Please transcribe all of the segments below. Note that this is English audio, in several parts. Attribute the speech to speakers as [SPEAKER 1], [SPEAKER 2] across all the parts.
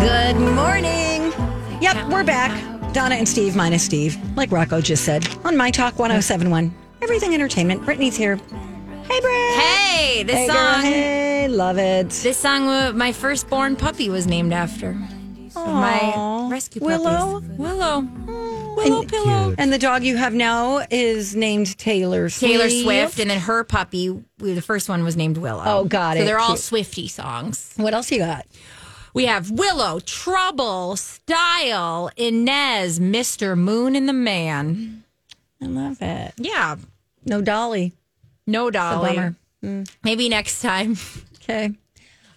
[SPEAKER 1] Good morning. Yep, we're back. Donna and Steve minus Steve, like Rocco just said, on My Talk 1071. Everything Entertainment. Brittany's here. Hey, Britt.
[SPEAKER 2] Hey, this
[SPEAKER 1] Hey, girl.
[SPEAKER 2] song.
[SPEAKER 1] Hey, love it.
[SPEAKER 2] This song, wa- my firstborn puppy was named after. My rescue puppies.
[SPEAKER 1] Willow?
[SPEAKER 2] Willow. Willow
[SPEAKER 1] And-
[SPEAKER 2] Pillow.
[SPEAKER 1] And the dog you have now is named Taylor Swift.
[SPEAKER 2] Taylor Swift, and then her puppy, we- the first one was named Willow.
[SPEAKER 1] Oh, got
[SPEAKER 2] So
[SPEAKER 1] it.
[SPEAKER 2] they're all
[SPEAKER 1] Cute.
[SPEAKER 2] Swifty songs.
[SPEAKER 1] What else you got?
[SPEAKER 2] We have Willow, Trouble, Style, Inez, Mr. Moon, and the Man.
[SPEAKER 1] I love it.
[SPEAKER 2] Yeah,
[SPEAKER 1] No Dolly.
[SPEAKER 2] no dolly.
[SPEAKER 1] bummer.
[SPEAKER 2] Maybe next time.
[SPEAKER 1] Okay.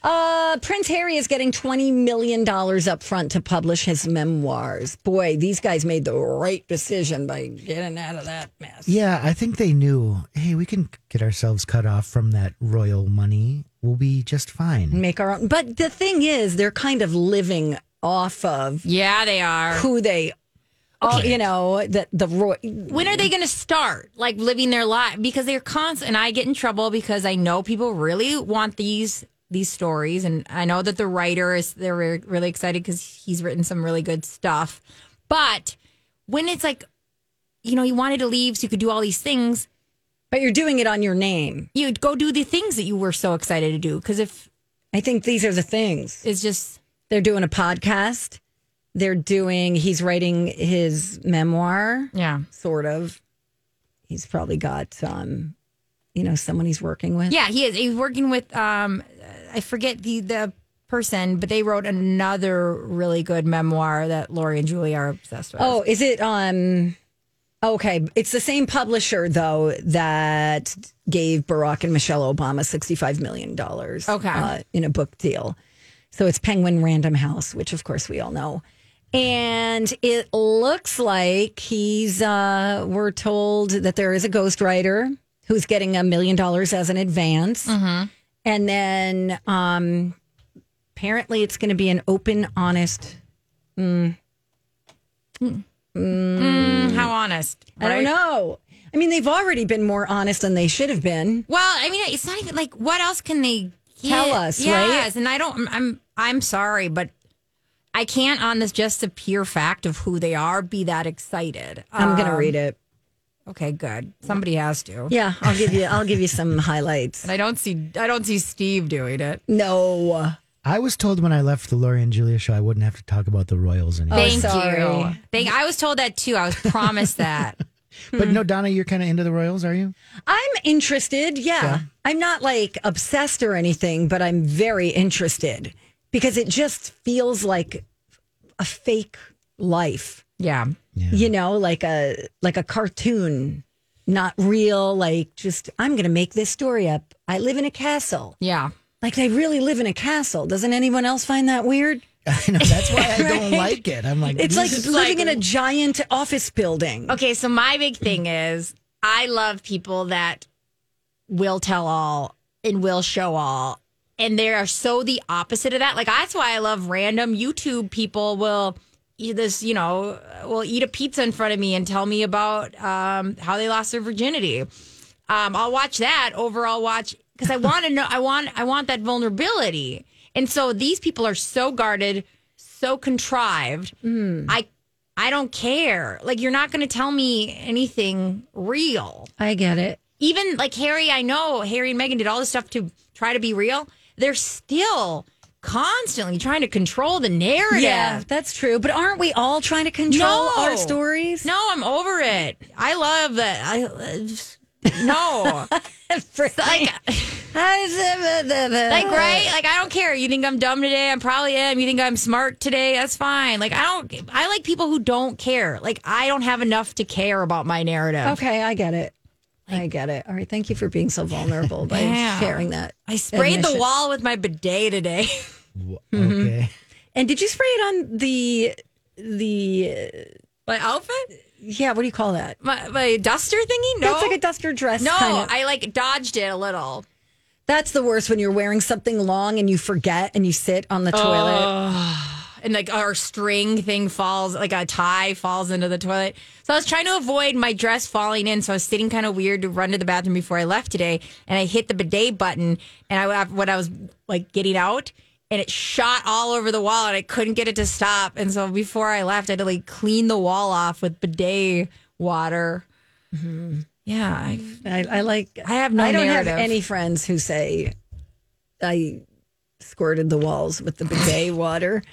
[SPEAKER 1] Uh, Prince Harry is getting $20 million up front to publish his memoirs. Boy, these guys made the right decision by getting out of that mess.
[SPEAKER 3] Yeah, I think they knew, hey, we can get ourselves cut off from that royal money. We'll be just fine.
[SPEAKER 1] Make our own. But the thing is, they're kind of living off of
[SPEAKER 2] Yeah, they are.
[SPEAKER 1] who they are, you know, that the roy.
[SPEAKER 2] when are they going to start like living their life because they're constant and i get in trouble because i know people really want these these stories and i know that the writer is they're re- really excited because he's written some really good stuff but when it's like you know you wanted to leave so you could do all these things
[SPEAKER 1] But you're doing it on your name.
[SPEAKER 2] you'd go do the things that you were so excited to do because if
[SPEAKER 1] I think these are the things.
[SPEAKER 2] it's just
[SPEAKER 1] They're doing a podcast. They're doing, he's writing his memoir.
[SPEAKER 2] yeah
[SPEAKER 1] sort of. He's probably got, um, you know, someone he's working with.
[SPEAKER 2] yeah he is he's working with um i forget the the person but they wrote another really good memoir that Lori and Julie are obsessed with
[SPEAKER 1] Oh, is it? Um. Okay, it's the same publisher though that gave Barack and Michelle Obama sixty-five million dollars.
[SPEAKER 2] Okay.
[SPEAKER 1] Uh, in a book deal, so it's Penguin Random House, which of course we all know. And it looks like he's. Uh, we're told that there is a ghostwriter who's getting a million dollars as an advance. And then um, apparently it's going to be an open, honest.
[SPEAKER 2] How honest?
[SPEAKER 1] I
[SPEAKER 2] right?
[SPEAKER 1] don't know. I mean, they've already been more honest than they should have been.
[SPEAKER 2] Well, I mean, it's not even like what else can they get?
[SPEAKER 1] Tell us, right?
[SPEAKER 2] Yes, and I don't. I'm I'm sorry, but I can't on this just the pure fact of who they are be that excited.
[SPEAKER 1] I'm going to
[SPEAKER 2] Um,
[SPEAKER 1] read it.
[SPEAKER 2] Okay, good. Somebody has to.
[SPEAKER 1] Yeah, I'll give you. I'll give you some highlights.
[SPEAKER 2] And I don't see I don't see Steve doing it.
[SPEAKER 1] No,
[SPEAKER 3] I was told when I left the Lori and Julia show I wouldn't have to talk about the royals anymore.
[SPEAKER 2] Thank you.
[SPEAKER 1] sorry.
[SPEAKER 2] Thank, I was told that too. I was promised that.
[SPEAKER 3] But no, Donna, you're kind of into the royals, are you?
[SPEAKER 1] I'm interested. Yeah. I'm not like obsessed or anything, but I'm very interested because it just feels like a fake life.
[SPEAKER 2] Yeah.
[SPEAKER 1] You know, like a like a cartoon, not real. Like just I'm going to make this story up. I live in a castle.
[SPEAKER 2] Yeah.
[SPEAKER 1] Like they really live in a castle. Doesn't anyone else find that weird?
[SPEAKER 3] I know that's why I don't like it. I'm like,
[SPEAKER 1] It's like
[SPEAKER 3] this is-
[SPEAKER 1] living in a giant office building.
[SPEAKER 2] Okay, so my big thing is I love people that will tell all and will show all. And they are so the opposite of that. Like that's why I love random YouTube people will eat this, you know, will eat a pizza in front of me and tell me about um, how they lost their virginity. Um, I'll watch that over. I'll watch because I want to know. I want. I want that vulnerability. And so these people are so guarded, so contrived. I. I don't care. Like you're not going to tell me anything real.
[SPEAKER 1] I get it.
[SPEAKER 2] Even like Harry, I know Harry and Meghan did all this stuff to try to be real. They're still constantly trying to control the narrative.
[SPEAKER 1] Yeah, that's true. But aren't we all trying to control
[SPEAKER 2] No.
[SPEAKER 1] our stories?
[SPEAKER 2] No, I'm over it. I love that. I no,
[SPEAKER 1] like,
[SPEAKER 2] like
[SPEAKER 1] uh, like
[SPEAKER 2] right, like I don't care. You think I'm dumb today? I probably am. You think I'm smart today? That's fine. Like I don't. I like people who don't care. Like I don't have enough to care about my narrative.
[SPEAKER 1] Okay, I get it. I get it. All right, thank you for being so vulnerable by
[SPEAKER 2] Yeah.
[SPEAKER 1] sharing that.
[SPEAKER 2] I sprayed
[SPEAKER 1] admission.
[SPEAKER 2] the wall with my bidet today.
[SPEAKER 3] Okay.
[SPEAKER 1] And did you spray it on the the
[SPEAKER 2] my outfit,
[SPEAKER 1] yeah? What do you call that?
[SPEAKER 2] my, my duster thingy. No,
[SPEAKER 1] That's like a duster dress.
[SPEAKER 2] no.
[SPEAKER 1] kind of-
[SPEAKER 2] I like dodged it a little.
[SPEAKER 1] that's the worst when you're wearing something long and you forget and you sit on the
[SPEAKER 2] Oh.
[SPEAKER 1] toilet.
[SPEAKER 2] and like our string thing falls, like a tie falls into the toilet. So I was trying to avoid my dress falling in. So I was sitting kind of weird to run to the bathroom before I left today, and I hit the bidet button, and I when I was like getting out. And it shot all over the wall, and I couldn't get it to stop. And so before I left, I had to like clean the wall off with bidet water. Yeah, I,
[SPEAKER 1] I, I like.
[SPEAKER 2] I have no
[SPEAKER 1] Mm-hmm. I don't have
[SPEAKER 2] narrative.
[SPEAKER 1] any friends who say I squirted the walls with the bidet water.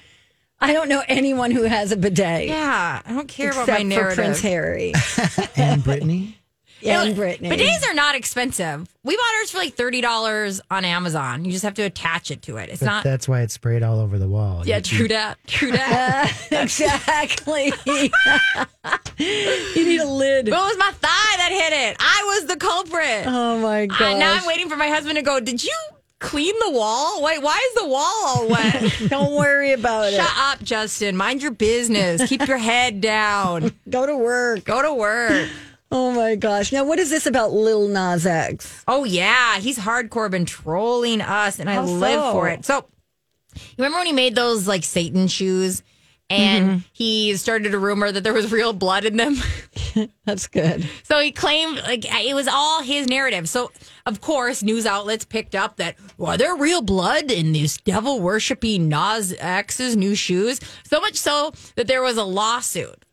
[SPEAKER 1] I don't know anyone who has a bidet
[SPEAKER 2] yeah, I don't care
[SPEAKER 1] except
[SPEAKER 2] about my
[SPEAKER 1] for
[SPEAKER 2] narrative.
[SPEAKER 1] Prince Harry
[SPEAKER 3] And Brittany?
[SPEAKER 1] and
[SPEAKER 2] No,
[SPEAKER 1] Brittany.
[SPEAKER 2] Bidets are not expensive. We bought ours for like thirty dollars on Amazon. You just have to attach it to it. It's
[SPEAKER 3] But
[SPEAKER 2] not.
[SPEAKER 3] that's why it's sprayed all over the wall.
[SPEAKER 2] yeah,
[SPEAKER 3] You-
[SPEAKER 2] true that. True that.
[SPEAKER 1] exactly. you need a lid.
[SPEAKER 2] but it was my thigh that hit it. I was the culprit.
[SPEAKER 1] Oh my
[SPEAKER 2] I-
[SPEAKER 1] gosh.
[SPEAKER 2] now I'm waiting for my husband to go. Did you clean the wall? Wait, why is the wall all wet?
[SPEAKER 1] Don't worry about it.
[SPEAKER 2] Shut up, Justin. Mind your business. Keep your head down.
[SPEAKER 1] Go to work.
[SPEAKER 2] Go to work.
[SPEAKER 1] Oh my gosh. Now, what is this about Lil Nas X?
[SPEAKER 2] Oh yeah, he's hardcore been trolling us, and I
[SPEAKER 1] How
[SPEAKER 2] live
[SPEAKER 1] so?
[SPEAKER 2] for it. So, you remember when he made those like Satan shoes, and
[SPEAKER 1] Mm-hmm.
[SPEAKER 2] he started a rumor that there was real blood in them.
[SPEAKER 1] That's good.
[SPEAKER 2] so he claimed like it was all his narrative. So of course, news outlets picked up that well, there real blood in these devil worshipping Nas X's new shoes. So much so that there was a lawsuit.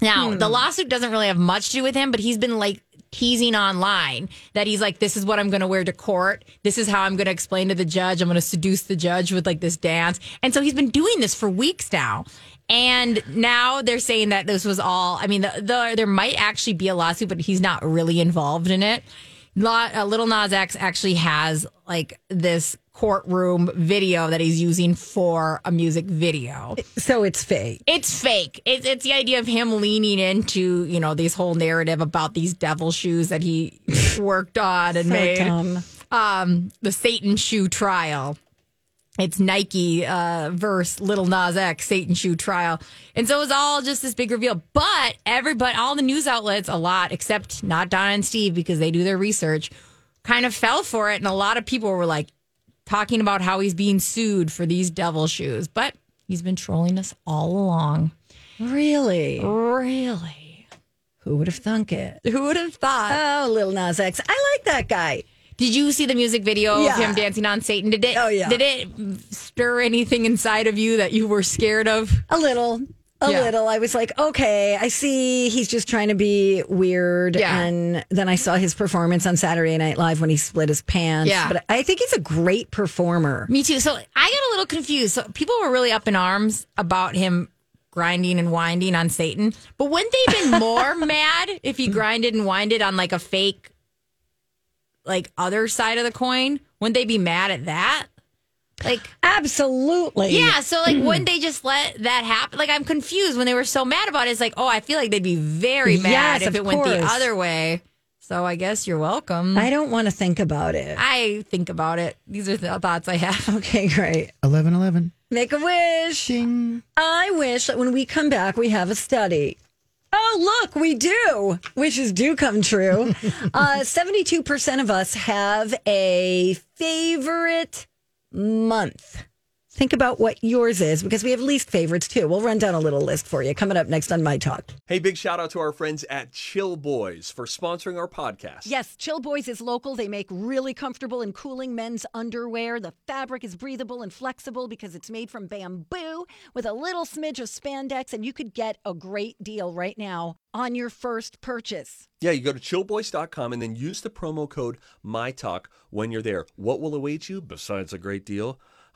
[SPEAKER 2] Now, the lawsuit doesn't really have much to do with him, but he's been like teasing online that he's like, this is what I'm going to wear to court. This is how I'm going to explain to the judge. I'm going to seduce the judge with like this dance. And so he's been doing this for weeks now. And now they're saying that this was all, I mean, the, the, there might actually be a lawsuit, but he's not really involved in it. Lot, uh, Little Nas X actually has like this courtroom video that he's using for a music video
[SPEAKER 1] So it's fake.
[SPEAKER 2] it's fake. It's, it's the idea of him leaning into you know this whole narrative about these devil shoes that he worked on and
[SPEAKER 1] So
[SPEAKER 2] made
[SPEAKER 1] dumb.
[SPEAKER 2] um, the Satan shoe trial. It's Nike uh, verse Little Nas X Satan shoe trial, and so it was all just this big reveal. But everybody, all the news outlets, a lot except not Donna and Steve because they do their research, kind of fell for it, and a lot of people were like talking about how he's being sued for these devil shoes. But he's been trolling us all along.
[SPEAKER 1] Really?
[SPEAKER 2] Really?
[SPEAKER 1] Who would have thunk it?
[SPEAKER 2] Who would have thought?
[SPEAKER 1] Oh, Lil Nas X. I like that guy.
[SPEAKER 2] Did you see the music video
[SPEAKER 1] Yeah.
[SPEAKER 2] of him dancing on Satan? Did it?
[SPEAKER 1] Oh, yeah.
[SPEAKER 2] Did it stir anything inside of you that you were scared of?
[SPEAKER 1] A little. A
[SPEAKER 2] Yeah.
[SPEAKER 1] little. I was like, okay, I see he's just trying to be weird.
[SPEAKER 2] Yeah.
[SPEAKER 1] And then I saw his performance on Saturday Night Live when he split his pants.
[SPEAKER 2] Yeah.
[SPEAKER 1] But I think he's a great performer.
[SPEAKER 2] Me too. So I got a little confused. So people were really up in arms about him grinding and winding on Satan. But wouldn't they have been more mad if he grinded and winded on like a fake, like other side of the coin? Wouldn't they be mad at that? Like,
[SPEAKER 1] Absolutely.
[SPEAKER 2] Yeah, so like
[SPEAKER 1] Mm.
[SPEAKER 2] wouldn't they just let that happen? Like I'm confused when they were so mad about it. It's like, oh, I feel like they'd be very mad
[SPEAKER 1] Yes,
[SPEAKER 2] if
[SPEAKER 1] of
[SPEAKER 2] it went the
[SPEAKER 1] course.
[SPEAKER 2] other way. So I guess you're welcome. I,
[SPEAKER 1] I don't want to think about it.
[SPEAKER 2] think about it. These are the thoughts I have.
[SPEAKER 1] Okay, great.
[SPEAKER 3] 11 11.
[SPEAKER 1] Make a wish.
[SPEAKER 3] Ding.
[SPEAKER 1] I wish that when we come back, we have a study. Oh, look, we do. Wishes do come true. Uh, 72% of us have a favorite month. Think about what yours is because we have least favorites too. We'll run down a little list for you coming up next on My Talk.
[SPEAKER 4] Hey, big shout out to our friends at Chill Boys for sponsoring our podcast.
[SPEAKER 1] Yes, Chill Boys is local. They make really comfortable and cooling men's underwear. The fabric is breathable and flexible because it's made from bamboo with a little smidge of spandex, and you could get a great deal right now on your first purchase.
[SPEAKER 4] Yeah, you go to chillboys.com and then use the promo code MyTalk when you're there. What will await you besides a great deal?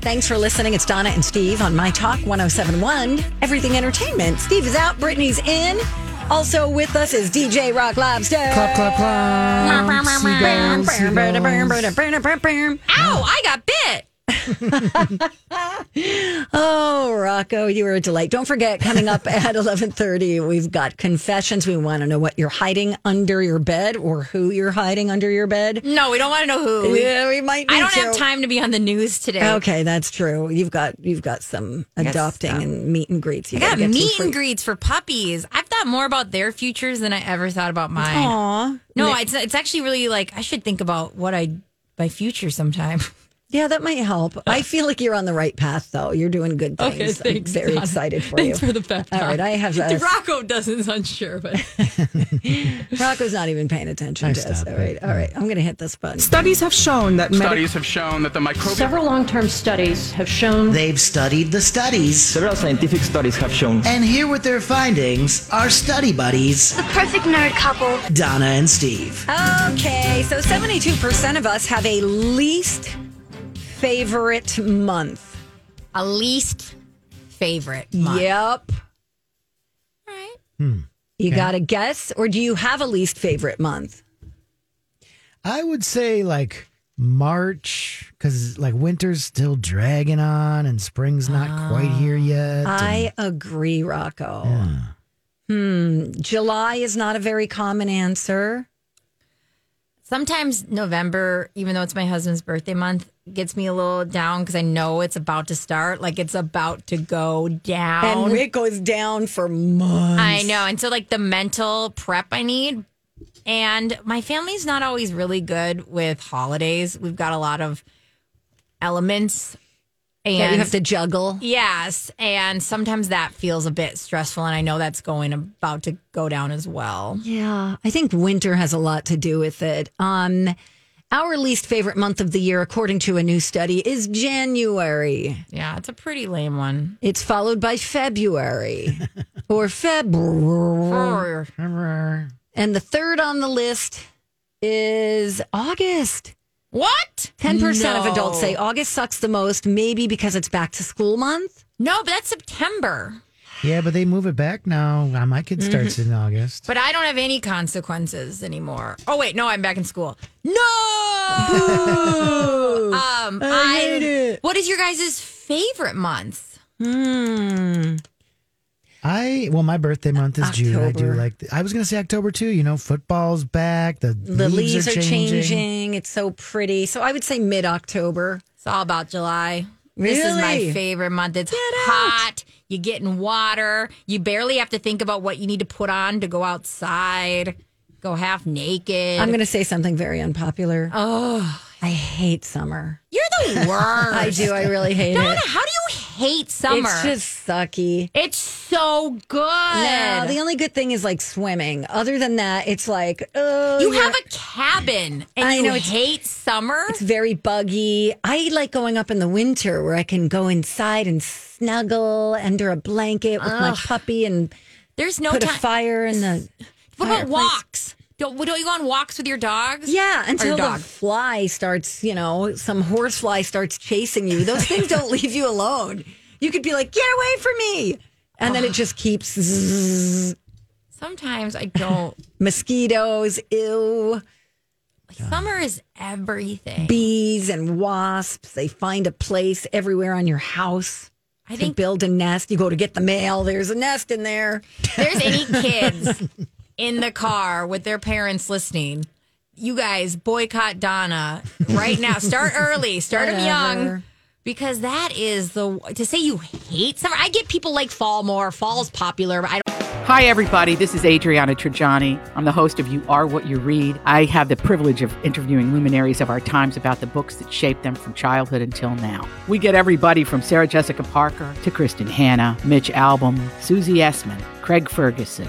[SPEAKER 1] Thanks for listening. It's Donna and Steve on My Talk 1071, Everything Entertainment. Steve is out, Brittany's in. Also with us is DJ Rock Lobster.
[SPEAKER 3] Clap, clap, clap. Seagulls, seagulls.
[SPEAKER 2] Ow, I got bit.
[SPEAKER 1] Oh, Rocco, you were a delight. Don't forget, coming up at 1130, we've got confessions. We want to know what you're hiding under your bed or who you're hiding under your bed.
[SPEAKER 2] No, we don't want to know who.
[SPEAKER 1] Oh, Yeah, we might
[SPEAKER 2] I don't
[SPEAKER 1] need
[SPEAKER 2] have
[SPEAKER 1] to.
[SPEAKER 2] time to be on the news today.
[SPEAKER 1] Okay, that's true. You've got you've got some adopting and meet and greets. You
[SPEAKER 2] I got
[SPEAKER 1] gotta get to
[SPEAKER 2] meet
[SPEAKER 1] for-
[SPEAKER 2] and greets for puppies. I've thought more about their futures than I ever thought about mine.
[SPEAKER 1] Aw.
[SPEAKER 2] No, it's it's actually really like I should think about what I my future sometime.
[SPEAKER 1] Yeah, that might help.
[SPEAKER 2] Uh,
[SPEAKER 1] I feel like you're on the right path, though. You're doing good things. I'm very
[SPEAKER 2] Donna.
[SPEAKER 1] excited for
[SPEAKER 2] Thanks
[SPEAKER 1] you.
[SPEAKER 2] for the pep
[SPEAKER 1] All
[SPEAKER 2] talk.
[SPEAKER 1] right, I have a-
[SPEAKER 2] Rocco doesn't unsure, but
[SPEAKER 1] Rocco's not even paying attention
[SPEAKER 3] I
[SPEAKER 1] to us.
[SPEAKER 3] stopped
[SPEAKER 1] All right,
[SPEAKER 3] it.
[SPEAKER 1] all right. I'm going to hit this button.
[SPEAKER 5] Studies have shown that medical
[SPEAKER 6] Studies have shown that the microbial
[SPEAKER 7] Several long term studies have shown
[SPEAKER 8] They've studied the studies,
[SPEAKER 9] Several scientific studies have shown
[SPEAKER 8] and here with their findings are study buddies,
[SPEAKER 7] the perfect nerd couple.
[SPEAKER 8] Donna and Steve.
[SPEAKER 1] Okay, so 72% of us have a least favorite month.
[SPEAKER 2] a least favorite. Month.
[SPEAKER 1] Yep.
[SPEAKER 2] All right.
[SPEAKER 1] You got to guess, or do you have a least favorite month?
[SPEAKER 3] I would say like March, because like winter's still dragging on and spring's not quite here
[SPEAKER 8] Ah.
[SPEAKER 3] yet.
[SPEAKER 1] I agree, Rocco. Hmm. July is not a very common answer.
[SPEAKER 2] Sometimes November, even though it's my husband's birthday month, gets me a little down because I know it's about to start. Like it's about to go down.
[SPEAKER 1] And it goes down for months.
[SPEAKER 2] I know. And so, like, the mental prep I need. And my family's not always really good with holidays. We've got a lot of elements. And
[SPEAKER 1] Yeah, you have to juggle.
[SPEAKER 2] Yes. And sometimes that feels a bit stressful. And I know that's going about to go down as well.
[SPEAKER 1] Yeah, I think winter has a lot to do with it. Um, our least favorite month of the year, according to a new study, is January.
[SPEAKER 2] Yeah. It's a pretty lame one.
[SPEAKER 1] It's followed by February or February.
[SPEAKER 2] Or
[SPEAKER 1] And the third on the list is August.
[SPEAKER 2] What?
[SPEAKER 1] 10% of
[SPEAKER 2] No.
[SPEAKER 1] adults say August sucks the most, maybe because it's back to school month.
[SPEAKER 2] No, but that's September.
[SPEAKER 3] yeah, but they move it back now. Uh, My kid starts
[SPEAKER 8] Mm-hmm.
[SPEAKER 3] in August.
[SPEAKER 2] But I don't have any consequences anymore. Oh wait, no, I'm back in school. No. um, I,
[SPEAKER 1] hate it.
[SPEAKER 2] What is your guys' favorite month?
[SPEAKER 1] Hmm.
[SPEAKER 3] I well, my birthday month is June. I do
[SPEAKER 1] October.
[SPEAKER 3] like. I was gonna say October too. You know, football's back. The,
[SPEAKER 1] The leaves, are, changing. It's so pretty. So I would say mid October.
[SPEAKER 2] It's all about July. This is my
[SPEAKER 1] Really?
[SPEAKER 2] favorite month. It's hot. You get in water. You barely have to think about what you need to put on to go outside. Go half naked.
[SPEAKER 1] I'm going to say something very unpopular. Oh, I hate summer.
[SPEAKER 2] You're the worst.
[SPEAKER 1] I do. I really hate it.
[SPEAKER 2] Donna, how do you hate summer?
[SPEAKER 1] It's just sucky.
[SPEAKER 2] It's so good.
[SPEAKER 1] No, the only good thing is like swimming. Other than that, it's like oh,
[SPEAKER 2] you
[SPEAKER 1] you're-
[SPEAKER 2] have a cabin and
[SPEAKER 1] I
[SPEAKER 2] you
[SPEAKER 1] know, it's-
[SPEAKER 2] hate summer.
[SPEAKER 1] It's very buggy. I like going up in the winter where I can go inside and snuggle under a blanket with my puppy and
[SPEAKER 2] There's no
[SPEAKER 1] put a
[SPEAKER 2] time.
[SPEAKER 1] fire in the.
[SPEAKER 2] what about
[SPEAKER 1] fireplace.
[SPEAKER 2] walks? Don't, don't you go on walks with your dogs?
[SPEAKER 1] Yeah,
[SPEAKER 2] Or
[SPEAKER 1] until the
[SPEAKER 2] dog.
[SPEAKER 1] fly starts, you know, some horse fly starts chasing you. Those things don't leave you alone. You could be like, get away from me. And then it just keeps zzzz.
[SPEAKER 2] Sometimes I don't.
[SPEAKER 1] mosquitoes, ew,
[SPEAKER 2] summer is everything.
[SPEAKER 1] bees and wasps. They find a place everywhere on your house.
[SPEAKER 2] I
[SPEAKER 1] They
[SPEAKER 2] think
[SPEAKER 1] build a nest. You go to get the mail. There's a nest in there.
[SPEAKER 2] there's any kids in the car with their parents listening. You guys boycott Donna right now. Start early. Start him young.
[SPEAKER 1] Whatever.
[SPEAKER 2] because that is the to say you hate summer. I get people like fall more. Fall's popular. But I don't
[SPEAKER 5] Hi, everybody. This is Adriana Trajani. I'm the host of You Are What You Read. I have the privilege of interviewing luminaries of our times about the books that shaped them from childhood until now. We get everybody from Sarah Jessica Parker to Kristen Hanna, Mitch Albom, Susie Essman, Craig Ferguson,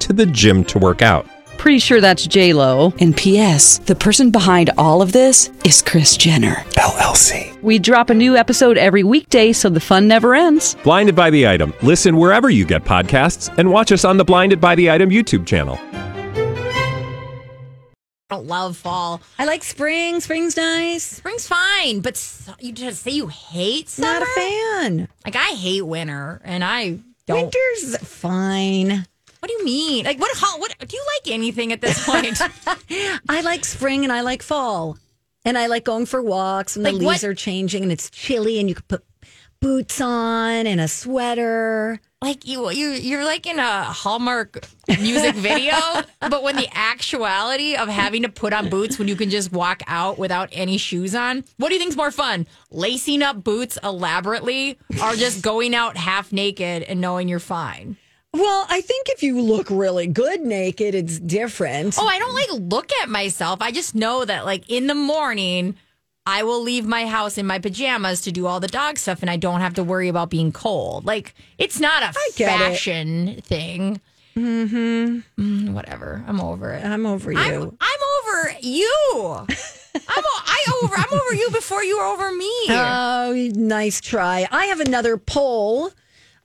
[SPEAKER 6] to the gym to work out.
[SPEAKER 10] Pretty sure that's J Lo.
[SPEAKER 11] And P.S. The person behind all of this is Chris Jenner
[SPEAKER 6] LLC.
[SPEAKER 10] We drop a new episode every weekday, so the fun never ends.
[SPEAKER 6] Blinded by the item. Listen wherever you get podcasts, and watch us on the Blinded by the Item YouTube channel.
[SPEAKER 2] love fall.
[SPEAKER 1] I like spring. Spring's nice.
[SPEAKER 2] Spring's fine, but su- you just say you hate summer.
[SPEAKER 1] Not a fan.
[SPEAKER 2] Like I hate winter, and I don't.
[SPEAKER 1] Winter's fine.
[SPEAKER 2] What do you mean? Like what? hol- What do you like anything at this point?
[SPEAKER 1] I like spring and I like fall. And I like going for walks when the
[SPEAKER 2] Like
[SPEAKER 1] leaves
[SPEAKER 2] what-
[SPEAKER 1] are changing and it's chilly and you can put boots on and a sweater.
[SPEAKER 2] like you, you, you're like in a Hallmark music video, but when the actuality of having to put on boots when you can just walk out without any shoes on, what do you think's more fun? Lacing up boots elaborately, or just going out half naked and knowing you're fine?
[SPEAKER 1] Well, I think if you look really good naked, it's different.
[SPEAKER 2] Oh, I don't like look at myself. I just know that like in the morning, I will leave my house in my pajamas to do all the dog stuff and I don't have to worry about being cold. Like it's not a
[SPEAKER 1] get it.
[SPEAKER 2] fashion thing. Mm-hmm. whatever. I'm over it.
[SPEAKER 1] I'm over you.
[SPEAKER 2] I'm, I'm over you. I'm o- I over I'm over you before you were over me.
[SPEAKER 1] Oh, nice try. I have another poll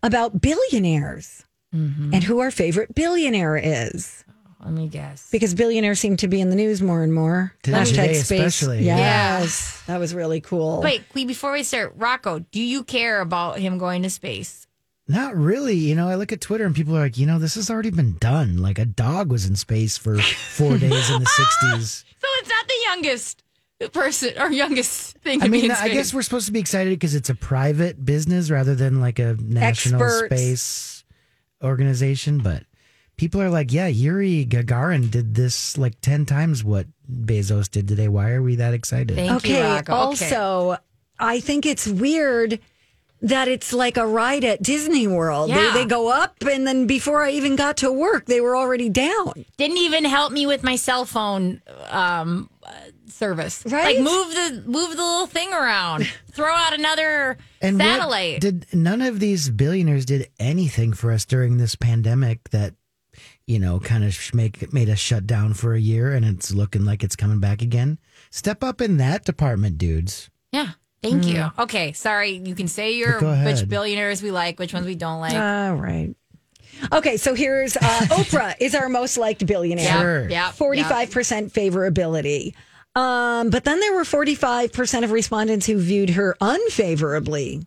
[SPEAKER 1] about billionaires and who our favorite billionaire is
[SPEAKER 2] Let me guess.
[SPEAKER 1] because billionaires seem to be in the news more and more.
[SPEAKER 3] Today especially.
[SPEAKER 1] Yes. That was really cool.
[SPEAKER 2] Wait, Clee, before we start, Rocco, do you care about him going to space?
[SPEAKER 3] Not really. You know, I look at Twitter and people are like, you know, this has already been done. Like a dog was in space for four days in the 60s.
[SPEAKER 2] So it's not the youngest person or youngest thing to
[SPEAKER 3] I
[SPEAKER 2] be
[SPEAKER 3] mean,
[SPEAKER 2] in
[SPEAKER 3] I
[SPEAKER 2] space.
[SPEAKER 3] guess we're supposed to be excited because it's a private business rather than like a national
[SPEAKER 1] Experts.
[SPEAKER 3] space organization. But people are like, yeah, Yuri Gagarin did this like 10 times what Bezos did today. Why are we that excited?
[SPEAKER 2] Thank you,
[SPEAKER 1] okay.
[SPEAKER 2] Rocco.
[SPEAKER 1] Also, I think it's weird that it's like a ride at Disney World.
[SPEAKER 2] Yeah.
[SPEAKER 1] They, they go up, and then before I even got to work, they were already down.
[SPEAKER 2] didn't even help me with my cell phone um, uh, service.
[SPEAKER 1] Right?
[SPEAKER 2] Like move the move the little thing around. Throw out another
[SPEAKER 3] what
[SPEAKER 2] satellite.
[SPEAKER 3] did none of these billionaires did anything for us during this pandemic that you know kind of sh- make made us shut down for a year and it's looking like it's coming back again. Step up in that department, dudes.
[SPEAKER 2] yeah. Thank you. Okay, sorry. You can say your
[SPEAKER 3] Hmm. Go ahead. Uh,
[SPEAKER 2] which billionaires we like, which ones we don't like.
[SPEAKER 1] All right. Okay, so here's uh, Oprah is our most liked
[SPEAKER 2] Yeah,
[SPEAKER 1] billionaire.
[SPEAKER 3] Sure.
[SPEAKER 2] yeah, yeah.
[SPEAKER 1] Forty-five percent favorability. Um, but then there were forty-five percent of respondents who viewed her unfavorably.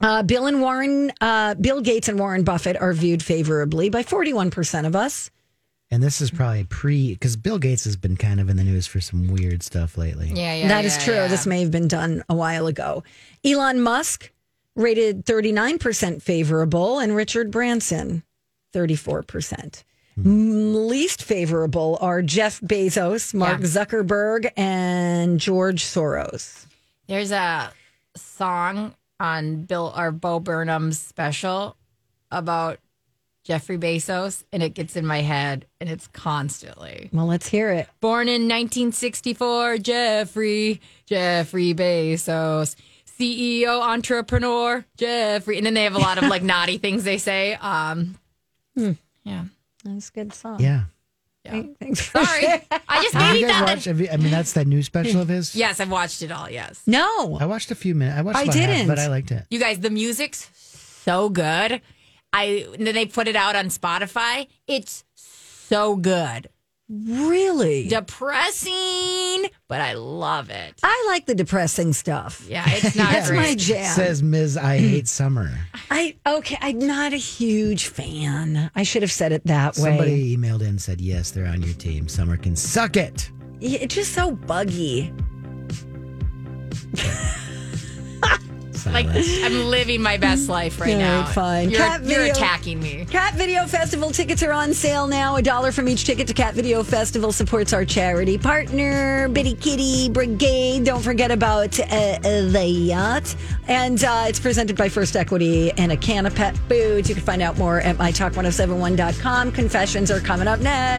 [SPEAKER 1] Uh, Bill and Warren, uh, Bill Gates and Warren Buffett are viewed favorably by forty-one percent of us.
[SPEAKER 3] And this is probably pre because Bill Gates has been kind of in the news for some weird stuff lately.
[SPEAKER 2] Yeah, yeah.
[SPEAKER 1] That is
[SPEAKER 2] yeah,
[SPEAKER 1] true.
[SPEAKER 2] yeah.
[SPEAKER 1] This may have been done a while ago. Elon Musk rated 39% favorable, and Richard Branson, 34%.
[SPEAKER 3] Hmm.
[SPEAKER 1] Mm, Least favorable are Jeff Bezos, Mark Zuckerberg, and George Soros.
[SPEAKER 2] There's a song on Bill or Bo Burnham's special about Jeffrey Bezos, and it gets in my head, and it's constantly.
[SPEAKER 1] Well, let's hear it.
[SPEAKER 2] Born in 1964, Jeffrey, Jeffrey Bezos, CEO, entrepreneur, Jeffrey. And then they have a lot of like naughty things they say. Um,
[SPEAKER 3] Hmm.
[SPEAKER 2] Yeah.
[SPEAKER 1] That's a good song.
[SPEAKER 3] Yeah.
[SPEAKER 1] Thanks for
[SPEAKER 2] Sorry.
[SPEAKER 1] sharing.
[SPEAKER 2] I just
[SPEAKER 3] Have
[SPEAKER 2] maybe
[SPEAKER 3] you guys
[SPEAKER 2] thought
[SPEAKER 3] watched?
[SPEAKER 2] that.
[SPEAKER 3] Have you, I mean, that's that new special of his.
[SPEAKER 2] Yes, I've watched it all. Yes.
[SPEAKER 1] No.
[SPEAKER 3] I watched a few minutes. I watched.
[SPEAKER 1] I
[SPEAKER 3] about half,
[SPEAKER 1] didn't.
[SPEAKER 3] but I liked it.
[SPEAKER 2] You guys, the music's so good. I and then they put it out on Spotify. It's so good.
[SPEAKER 1] Really?
[SPEAKER 2] Depressing, but I love it.
[SPEAKER 1] I like the depressing stuff.
[SPEAKER 2] Yeah, it's not
[SPEAKER 1] That's
[SPEAKER 2] great.
[SPEAKER 1] my jam.
[SPEAKER 3] Says Ms. I hate summer.
[SPEAKER 1] I okay, I'm not a huge fan. I should have said it that way.
[SPEAKER 3] Somebody emailed in and said, yes, they're on your team. Summer can suck it.
[SPEAKER 1] Yeah, It's just so buggy.
[SPEAKER 2] Like I'm living my best life right
[SPEAKER 1] All
[SPEAKER 2] now.
[SPEAKER 1] right, fine.
[SPEAKER 2] You're,
[SPEAKER 1] Cat
[SPEAKER 2] you're
[SPEAKER 1] video-
[SPEAKER 2] attacking me.
[SPEAKER 1] Cat Video Festival tickets are on sale now. A dollar from each ticket to Cat Video Festival supports our charity partner, Bitty Kitty Brigade. Don't forget about uh, uh, the yacht. And uh, it's presented by First Equity and a can of pet foods. You can find out more at mytalk1071.com. Confessions are coming up next.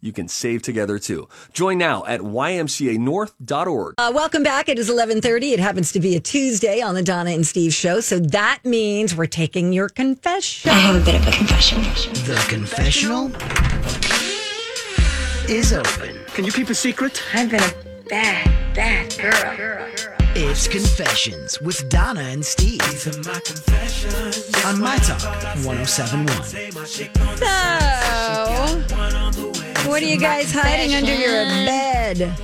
[SPEAKER 4] you can save together too. Join now at ymcanorth.org.
[SPEAKER 1] Uh, welcome back. It is 11:30. It happens to be a Tuesday on the Donna and Steve show, so that means we're taking your confession. I
[SPEAKER 2] Oh,
[SPEAKER 1] have a bit of a confession.
[SPEAKER 8] The confessional is open. Can you keep a secret? I've been a bad, bad girl. It's Confessions with Donna and Steve. On My Talk 1071.
[SPEAKER 1] So, what are you guys hiding under your bed?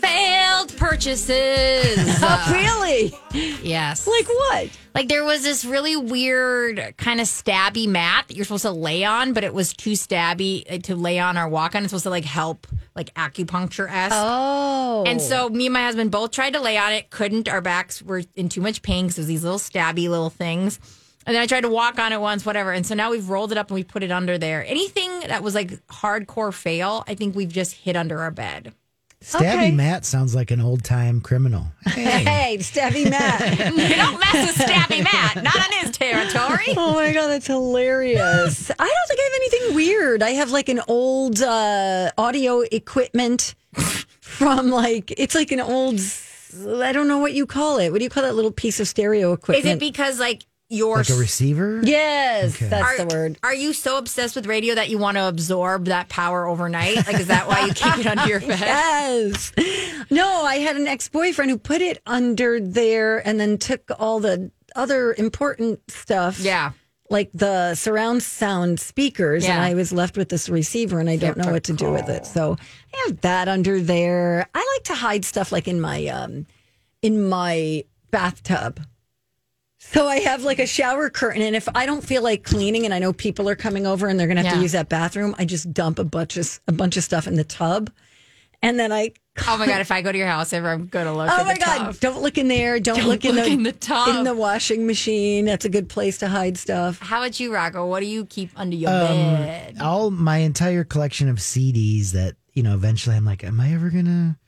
[SPEAKER 2] Failed purchases.
[SPEAKER 1] Oh, really?
[SPEAKER 2] Yes.
[SPEAKER 1] Like what?
[SPEAKER 2] Like there was this really weird kind of stabby mat that you're supposed to lay on, but it was too stabby uh, to lay on or walk on. It's supposed to like help like acupuncture esque.
[SPEAKER 1] Oh,
[SPEAKER 2] And so me and my husband both tried to lay on it, couldn't. Our backs were in too much pain because it was these little stabby little things. And then I tried to walk on it once, whatever. And so now we've rolled it up and we put it under there. Anything that was like hardcore fail, I think we've just hid under our bed.
[SPEAKER 3] Stabby
[SPEAKER 1] Okay.
[SPEAKER 3] Matt sounds like an old time criminal.
[SPEAKER 1] hey, Stevie Matt.
[SPEAKER 2] you don't mess with stabby Matt, not on his territory.
[SPEAKER 1] Oh my god, that's hilarious! I don't think I have anything weird. I have like an old uh, audio equipment from like it's like an old. I don't know what you call it. What do you call that little piece of stereo
[SPEAKER 2] Is
[SPEAKER 1] equipment?
[SPEAKER 2] it because like your
[SPEAKER 3] Like a receiver?
[SPEAKER 1] Yes,
[SPEAKER 3] Okay.
[SPEAKER 1] that's
[SPEAKER 2] are,
[SPEAKER 1] the word.
[SPEAKER 2] Are you so obsessed with radio that you want to absorb that power overnight? Like, is that why you keep it under your bed?
[SPEAKER 1] Yes. No, I had an ex boyfriend who put it under there and then took all the other important stuff.
[SPEAKER 2] Yeah.
[SPEAKER 1] Like the surround sound speakers, and
[SPEAKER 2] Yeah.
[SPEAKER 1] I was left with this receiver, and I don't know what to do with it. So I have that under there. I like to hide stuff like in my um, in my bathtub. So I have like a shower curtain, and if I don't feel like cleaning, and I know people are coming over and they're gonna have to
[SPEAKER 2] Yeah.
[SPEAKER 1] use that bathroom, I just dump a bunch of a bunch of stuff in the tub, and then I.
[SPEAKER 2] Oh my god! If I go to your house ever, I'm gonna look.
[SPEAKER 1] Oh
[SPEAKER 2] at
[SPEAKER 1] my
[SPEAKER 2] the
[SPEAKER 1] god!
[SPEAKER 2] tub.
[SPEAKER 1] Don't look in there. Don't,
[SPEAKER 2] Don't
[SPEAKER 1] look, in,
[SPEAKER 2] look
[SPEAKER 1] the,
[SPEAKER 2] in the tub.
[SPEAKER 1] in the washing machine. That's a good place to hide stuff.
[SPEAKER 2] How about you, Rocco? What do you keep under your
[SPEAKER 1] Um,
[SPEAKER 2] bed?
[SPEAKER 3] all my entire collection of CDs that you know eventually I'm like, am I ever gonna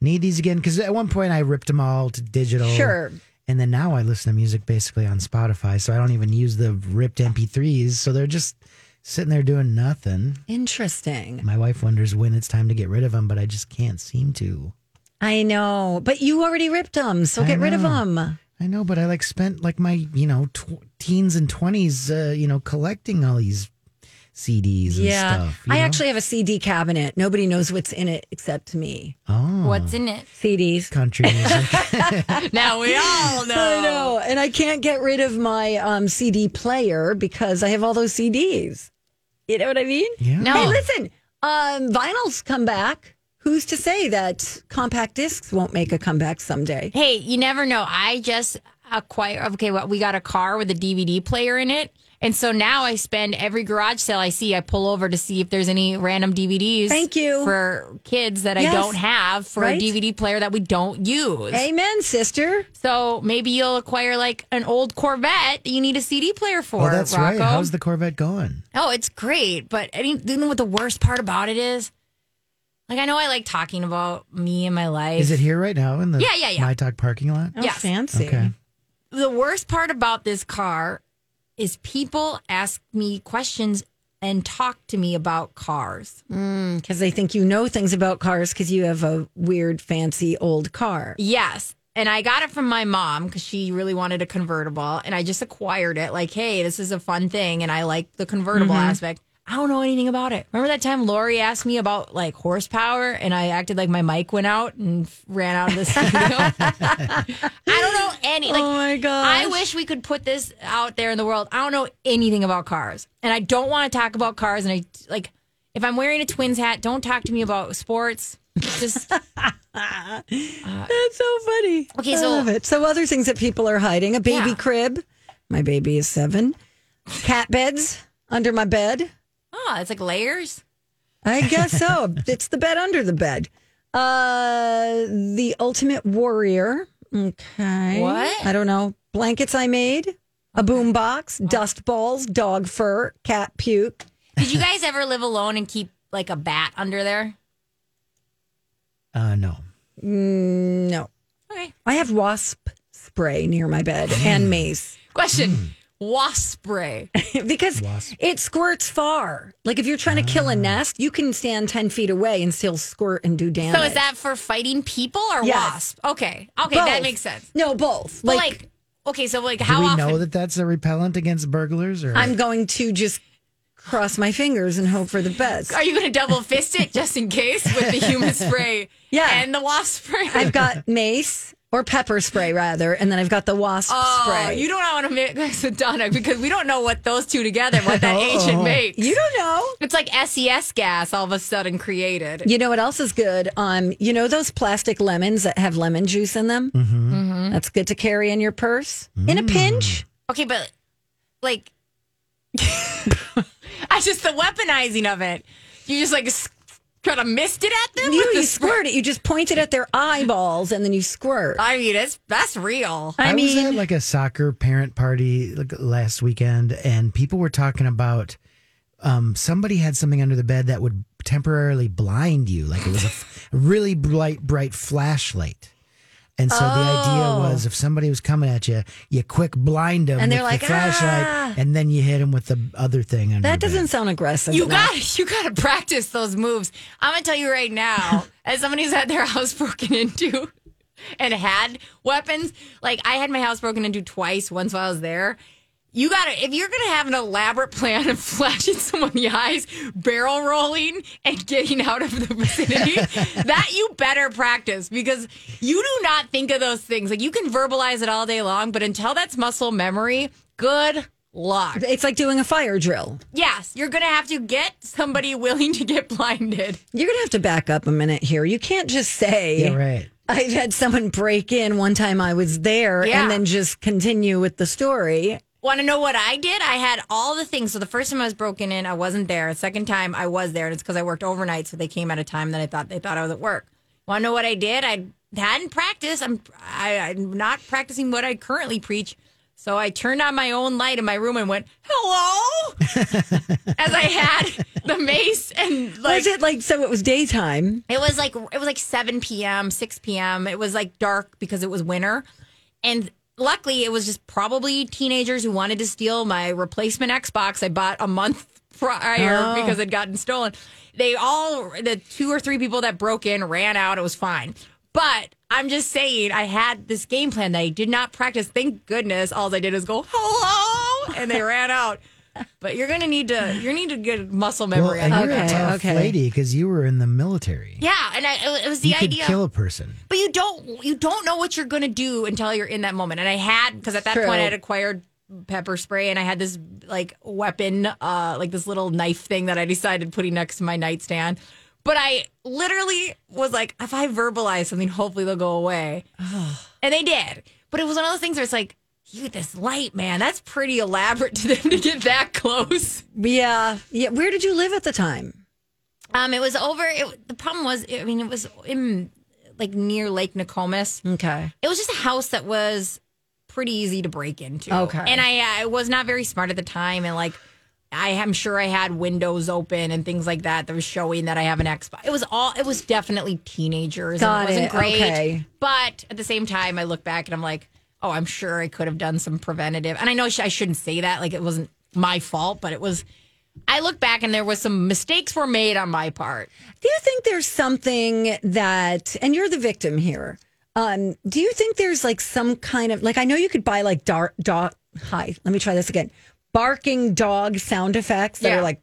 [SPEAKER 3] need these again? Because at one point I ripped them all to digital.
[SPEAKER 1] Sure.
[SPEAKER 3] And then now I listen to music basically on Spotify, so I don't even use the ripped MP3s. So they're just sitting there doing nothing.
[SPEAKER 1] Interesting.
[SPEAKER 3] My wife wonders when it's time to get rid of them, but I just can't seem to.
[SPEAKER 1] I know, but you already ripped them, so
[SPEAKER 3] I
[SPEAKER 1] get rid of
[SPEAKER 3] know.
[SPEAKER 1] them.
[SPEAKER 3] I know, but I like spent like my you know tw- teens and twenties, uh, you know, collecting all these CDs and stuff. you
[SPEAKER 1] I
[SPEAKER 3] know?
[SPEAKER 1] actually have a CD cabinet. Nobody knows what's in it except me.
[SPEAKER 3] oh
[SPEAKER 2] What's in it?
[SPEAKER 1] CDs.
[SPEAKER 3] country music.
[SPEAKER 2] Now we all know.
[SPEAKER 1] I know, and I can't get rid of my um, CD player because I have all those CDs. You know what I mean?
[SPEAKER 3] yeah.
[SPEAKER 2] No.
[SPEAKER 1] Hey, listen, um, vinyls come back. Who's to say that compact discs won't make a comeback someday?
[SPEAKER 2] Hey, you never know. I just acquire. Okay, what we got a car with a DVD player in it, and so now I spend every garage sale I see. I pull over to see if there's any random DVDs.
[SPEAKER 1] Thank you.
[SPEAKER 2] for kids that
[SPEAKER 1] Yes.
[SPEAKER 2] I don't have for
[SPEAKER 1] Right?
[SPEAKER 2] a DVD player that we don't use.
[SPEAKER 1] Amen, sister.
[SPEAKER 2] So maybe you'll acquire like an old Corvette that you need a CD player for.
[SPEAKER 3] Well, Oh, that's right.
[SPEAKER 2] Rocco.
[SPEAKER 3] How's the Corvette going?
[SPEAKER 2] Oh, it's great. But any, do you know what the worst part about it is? Like, I know I like talking about me and my life.
[SPEAKER 3] Is it here right now in the
[SPEAKER 2] Yeah, yeah, yeah.
[SPEAKER 3] My Talk parking lot?
[SPEAKER 1] Oh,
[SPEAKER 2] Yes.
[SPEAKER 1] fancy.
[SPEAKER 3] Okay.
[SPEAKER 2] the worst part about this car is people ask me questions and talk to me about cars.
[SPEAKER 1] Because they think you know things about cars because you have a weird, fancy old car.
[SPEAKER 2] Yes. and I got it from my mom because she really wanted a convertible, and I just acquired it. Like, hey, this is a fun thing, and I like the convertible
[SPEAKER 12] Mhm.
[SPEAKER 2] aspect. I don't know anything about it. Remember that time Lori asked me about like horsepower, and I acted like my mic went out and f- ran out of the studio. I don't know any. Like, oh my god! I wish we could put this out there in the world. I don't know anything about cars, and I don't want to talk about cars. And I like if I'm wearing a Twins hat, don't talk to me about sports. Just
[SPEAKER 1] That's so funny.
[SPEAKER 2] Okay,
[SPEAKER 1] I
[SPEAKER 2] so-
[SPEAKER 1] love it. So other things that people are hiding: a baby
[SPEAKER 2] Yeah.
[SPEAKER 1] crib. My baby is seven. Cat beds under my bed.
[SPEAKER 2] oh, it's like layers.
[SPEAKER 1] I guess so. it's the bed under the bed. Uh, the ultimate warrior. Okay.
[SPEAKER 2] What?
[SPEAKER 1] I don't know. Blankets I made. A boom box, dust balls, dog fur, cat puke.
[SPEAKER 2] Did you guys ever live alone and keep like a bat under there?
[SPEAKER 3] Uh, no.
[SPEAKER 1] Mm, no.
[SPEAKER 2] Okay.
[SPEAKER 1] I have wasp spray near my bed
[SPEAKER 2] Hmm.
[SPEAKER 1] and mace.
[SPEAKER 2] Question. Wasp spray.
[SPEAKER 1] Mm. because it squirts far. Like if you're trying to kill a nest, you can stand 10 feet away and still squirt and do damage.
[SPEAKER 2] Ah. So is that for fighting people or
[SPEAKER 1] Yes.
[SPEAKER 2] wasp? Okay. Okay,
[SPEAKER 1] Both.
[SPEAKER 2] that makes sense.
[SPEAKER 1] No, both.
[SPEAKER 2] But
[SPEAKER 1] Like-
[SPEAKER 2] like, okay, so like
[SPEAKER 3] Do
[SPEAKER 2] how
[SPEAKER 3] we
[SPEAKER 2] often?
[SPEAKER 3] know that that's a repellent against burglars? Or
[SPEAKER 1] I'm going to just cross my fingers and hope for the best.
[SPEAKER 2] Are you going to double fist it just in case with the human spray
[SPEAKER 1] Yeah.
[SPEAKER 2] and the wasp spray?
[SPEAKER 1] I've got mace or pepper spray rather, and then I've got the wasp
[SPEAKER 2] Oh,
[SPEAKER 1] spray.
[SPEAKER 2] you don't want to mix with Donna because we don't know what those two together, what that agent makes.
[SPEAKER 1] Oh. You don't know.
[SPEAKER 2] It's like SES gas all of a sudden created.
[SPEAKER 1] You know what else is good? Um, you know those plastic lemons that have lemon juice in them? Mm-hmm. That's good to carry in your purse in a
[SPEAKER 3] Mm.
[SPEAKER 1] pinch.
[SPEAKER 2] Okay, but like, I just the weaponizing of it. You just like s- kind of missed it at them.
[SPEAKER 1] You,
[SPEAKER 2] with the
[SPEAKER 1] you
[SPEAKER 2] sp-
[SPEAKER 1] squirt it. You just point it at their eyeballs and then you squirt.
[SPEAKER 2] I mean, it's that's real.
[SPEAKER 3] I, was at like a soccer parent party like last weekend, and people were talking about um, somebody had something under the bed that would temporarily blind you, like it was a f- really bright, bright flashlight. And so the idea was, if somebody was coming at you, you quick blind them
[SPEAKER 1] Oh. And they're
[SPEAKER 3] with
[SPEAKER 1] like,
[SPEAKER 3] the flashlight,
[SPEAKER 1] "Ah!"
[SPEAKER 3] and then you hit them with the other thing. Under
[SPEAKER 1] That
[SPEAKER 3] the bed.
[SPEAKER 1] doesn't sound aggressive.
[SPEAKER 2] You
[SPEAKER 1] enough.
[SPEAKER 2] got you got to practice those moves. I'm gonna tell you right now, as somebody who's had their house broken into and had weapons, like I had my house broken into twice. Once while I was there. You gotta, if you're gonna have an elaborate plan of flashing someone in the eyes, barrel rolling, and getting out of the vicinity, that you better practice because you do not think of those things. Like you can verbalize it all day long, but until that's muscle memory, good luck.
[SPEAKER 1] It's like doing a fire drill.
[SPEAKER 2] Yes, you're going to have to get somebody willing to get blinded.
[SPEAKER 1] You're going to have to back up a minute here. You can't just say,
[SPEAKER 3] Yeah, right.
[SPEAKER 1] I've had someone break in one time I was there
[SPEAKER 2] Yeah.
[SPEAKER 1] and then just continue with the story.
[SPEAKER 2] Want to know what I did? I had all the things. So the first time I was broken in, I wasn't there. The second time I was there, and it's because I worked overnight, so they came at a time that I thought they thought I was at work. Want to know what I did? I hadn't practiced. I'm I, I'm not practicing what I currently preach. So I turned on my own light in my room and went, "Hello," as I had the mace and like
[SPEAKER 1] was it like, so it was daytime?
[SPEAKER 2] It was like it was like 7 p.m., 6 p.m. It was like dark because it was winter. And luckily it was just probably teenagers who wanted to steal my replacement Xbox I bought a month prior
[SPEAKER 1] Oh.
[SPEAKER 2] because it gotten stolen. They all the two or three people that broke in ran out. It was fine. But I'm just saying I had this game plan that I did not practice. Thank goodness all I did was go, "Hello," and they ran out. But you're going to need to you need to get muscle
[SPEAKER 3] Well,
[SPEAKER 2] memory.
[SPEAKER 3] and
[SPEAKER 2] on
[SPEAKER 3] you're
[SPEAKER 2] that.
[SPEAKER 3] a tough lady because you were in the military.
[SPEAKER 2] Yeah, and I, it was the
[SPEAKER 3] you could
[SPEAKER 2] idea
[SPEAKER 3] kill a person.
[SPEAKER 2] but you don't you don't know what you're gonna do until you're in that moment. And I had because at that
[SPEAKER 1] True.
[SPEAKER 2] point I had acquired pepper spray and I had this like weapon, uh, like this little knife thing that I decided putting next to my nightstand. But I literally was like, if I verbalize something, hopefully they'll go away. and they did. But it was one of those things where it's like, you this light, man, that's pretty elaborate to them to get that close.
[SPEAKER 1] Yeah. Yeah. Where did you live at the time?
[SPEAKER 2] Um, it was over. It, the problem was, I mean, it was in like near Lake Nokomis.
[SPEAKER 1] Okay.
[SPEAKER 2] It was just a house that was pretty easy to break into.
[SPEAKER 1] Okay.
[SPEAKER 2] And I, I was not very smart at the time. And like, I am sure I had windows open and things like that that was showing that I have an Xbox. It was all, it was definitely teenagers. and
[SPEAKER 1] Got
[SPEAKER 2] it wasn't
[SPEAKER 1] it.
[SPEAKER 2] great.
[SPEAKER 1] Okay.
[SPEAKER 2] But at the same time, I look back and I'm like, oh, I'm sure I could have done some preventative. And I know sh- I shouldn't say that. Like, it wasn't my fault, but it was. I look back and there was some mistakes were made on my part.
[SPEAKER 1] Do you think there's something that, and you're the victim here, Um, do you think there's like some kind of like I know you could buy like dark dog hi, let me try this again. Barking dog sound effects that
[SPEAKER 2] Yeah.
[SPEAKER 1] are like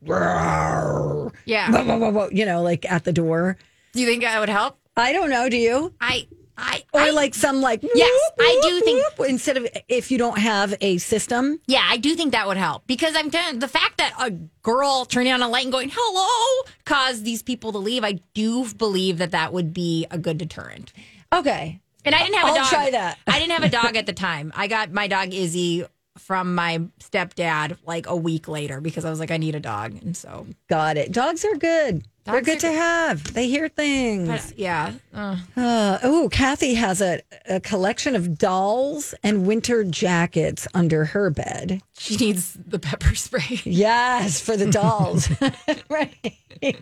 [SPEAKER 1] "Roar,"
[SPEAKER 2] Yeah.
[SPEAKER 1] "Wah, wah, wah, wah," you know, like at the door.
[SPEAKER 2] Do you think that would help?
[SPEAKER 1] I don't know, do you?
[SPEAKER 2] I I
[SPEAKER 1] Or like some like
[SPEAKER 2] Yes, I do think-
[SPEAKER 1] whoop, instead of if you don't have a system.
[SPEAKER 2] Yeah, I do think that would help because I'm telling the fact that a girl turning on a light and going hello caused these people to leave. I do believe that that would be a good deterrent.
[SPEAKER 1] Okay.
[SPEAKER 2] And I didn't have
[SPEAKER 1] I'll
[SPEAKER 2] a dog.
[SPEAKER 1] try that.
[SPEAKER 2] I didn't have a dog at the time. I got my dog Izzy from my stepdad like a week later because I was like, I need a dog, and so
[SPEAKER 1] Got it. Dogs are good. They're
[SPEAKER 2] Dogs
[SPEAKER 1] good
[SPEAKER 2] are
[SPEAKER 1] to
[SPEAKER 2] good.
[SPEAKER 1] have. They hear things.
[SPEAKER 2] but, yeah. Uh,
[SPEAKER 1] Uh, oh, Kathy has a, a collection of dolls and winter jackets under her bed.
[SPEAKER 2] she needs the pepper spray.
[SPEAKER 1] Yes, for the dolls. right.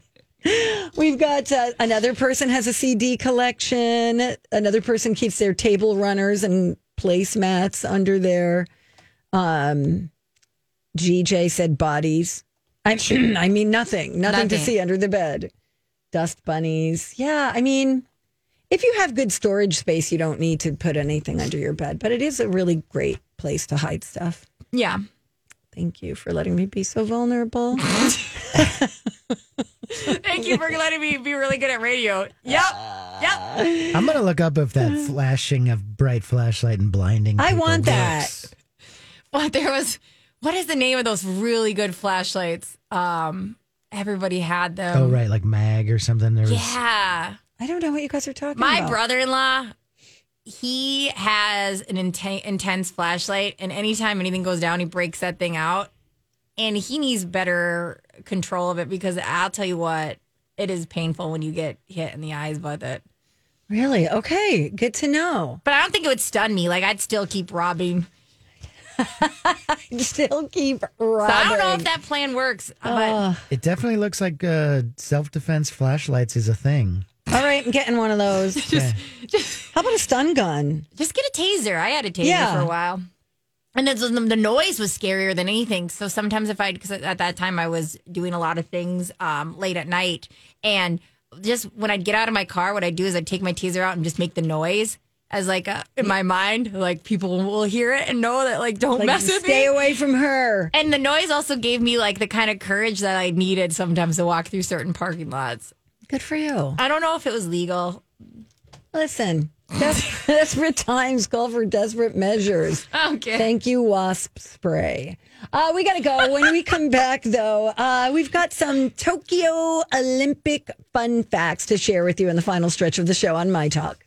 [SPEAKER 1] We've got uh, another person has a CD collection. Another person keeps their table runners and placemats under their. Um, GJ said bodies. I, I mean nothing, nothing, to
[SPEAKER 2] Nothing.
[SPEAKER 1] see under the bed. Dust bunnies. Yeah, I mean, if you have good storage space, you don't need to put anything under your bed. But it is a really great place to hide stuff.
[SPEAKER 2] Yeah.
[SPEAKER 1] Thank you for letting me be so vulnerable.
[SPEAKER 2] Thank you for letting me be really good at radio. Yep. Yep.
[SPEAKER 3] I'm gonna look up if that flashing of bright flashlight and blinding.
[SPEAKER 1] I
[SPEAKER 3] people
[SPEAKER 1] want that.
[SPEAKER 3] works.
[SPEAKER 2] But there was what is the name of those really good flashlights? Um everybody had them.
[SPEAKER 1] Um,
[SPEAKER 3] oh right, like mag or something. There was
[SPEAKER 2] Yeah.
[SPEAKER 1] I don't know what you guys are talking
[SPEAKER 2] My
[SPEAKER 1] about.
[SPEAKER 2] brother-in-law, he has an inten- intense flashlight and anytime anything goes down, he breaks that thing out. And he needs better control of it because I'll tell you what, it is painful when you get hit in the eyes with it.
[SPEAKER 1] Really? Okay. Good to know.
[SPEAKER 2] But I don't think it would stun me. Like I'd still keep robbing.
[SPEAKER 1] Still keep
[SPEAKER 2] So
[SPEAKER 1] robbing.
[SPEAKER 2] I don't know if that plan works. uh, But
[SPEAKER 1] Ugh.
[SPEAKER 3] It definitely looks like uh, self defense flashlights is a thing.
[SPEAKER 1] all right, I'm getting one of those. How about a stun gun?
[SPEAKER 2] just get a taser. I had a taser
[SPEAKER 1] Yeah.
[SPEAKER 2] for a while. And then so the, the noise was scarier than anything. So sometimes if I, because at that time I was doing a lot of things um, late at night. And just when I'd get out of my car, what I'd do is I'd take my taser out and just make the noise as like a, in my mind, like people will hear it and know that like don't
[SPEAKER 1] Like,
[SPEAKER 2] mess with
[SPEAKER 1] stay
[SPEAKER 2] me.
[SPEAKER 1] away from her.
[SPEAKER 2] And the noise also gave me like the kind of courage that I needed sometimes to walk through certain parking lots.
[SPEAKER 1] Good for you.
[SPEAKER 2] I don't know if it was legal.
[SPEAKER 1] Listen, des- desperate times call for desperate measures.
[SPEAKER 2] Okay.
[SPEAKER 1] Thank you, wasp spray. Uh, we got to go. When we come back, though, uh, we've got some Tokyo Olympic fun facts to share with you in the final stretch of the show on My Talk.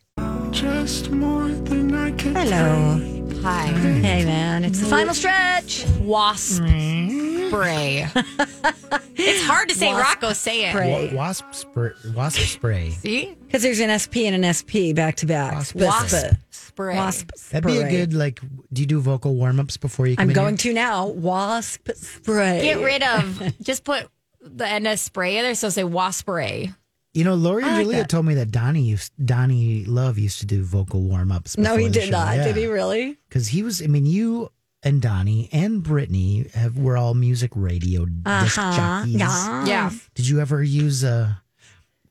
[SPEAKER 8] Just more than I can
[SPEAKER 1] Hello.
[SPEAKER 2] Hi.
[SPEAKER 1] Hey, man. It's the final stretch.
[SPEAKER 2] Wasp spray. it's hard to say Rocco, say it.
[SPEAKER 1] spray.
[SPEAKER 3] Wa- wasp spray. Wasp spray.
[SPEAKER 2] See?
[SPEAKER 1] Because there's an SP and an SP back to back.
[SPEAKER 3] Wasp
[SPEAKER 1] Wasp.
[SPEAKER 2] Spray.
[SPEAKER 1] Wasp spray.
[SPEAKER 3] That'd be a good like. Do you do vocal warm ups before you? Come
[SPEAKER 1] I'm
[SPEAKER 3] in
[SPEAKER 1] going
[SPEAKER 3] here?
[SPEAKER 1] to now. Wasp spray.
[SPEAKER 2] Get rid of. just put the NS spray in there, so say wasp spray.
[SPEAKER 3] You know, Lori and
[SPEAKER 1] I like
[SPEAKER 3] Julia
[SPEAKER 1] that.
[SPEAKER 3] told me that Donnie used Donnie Love used to do vocal warm ups.
[SPEAKER 1] No, he did not. Did he really?
[SPEAKER 3] Because he was. I mean, you and Donnie and Brittany have, were all music radio disc
[SPEAKER 1] Uh-huh.
[SPEAKER 3] jockeys.
[SPEAKER 1] Mm.
[SPEAKER 2] Yeah.
[SPEAKER 3] Did you ever use a?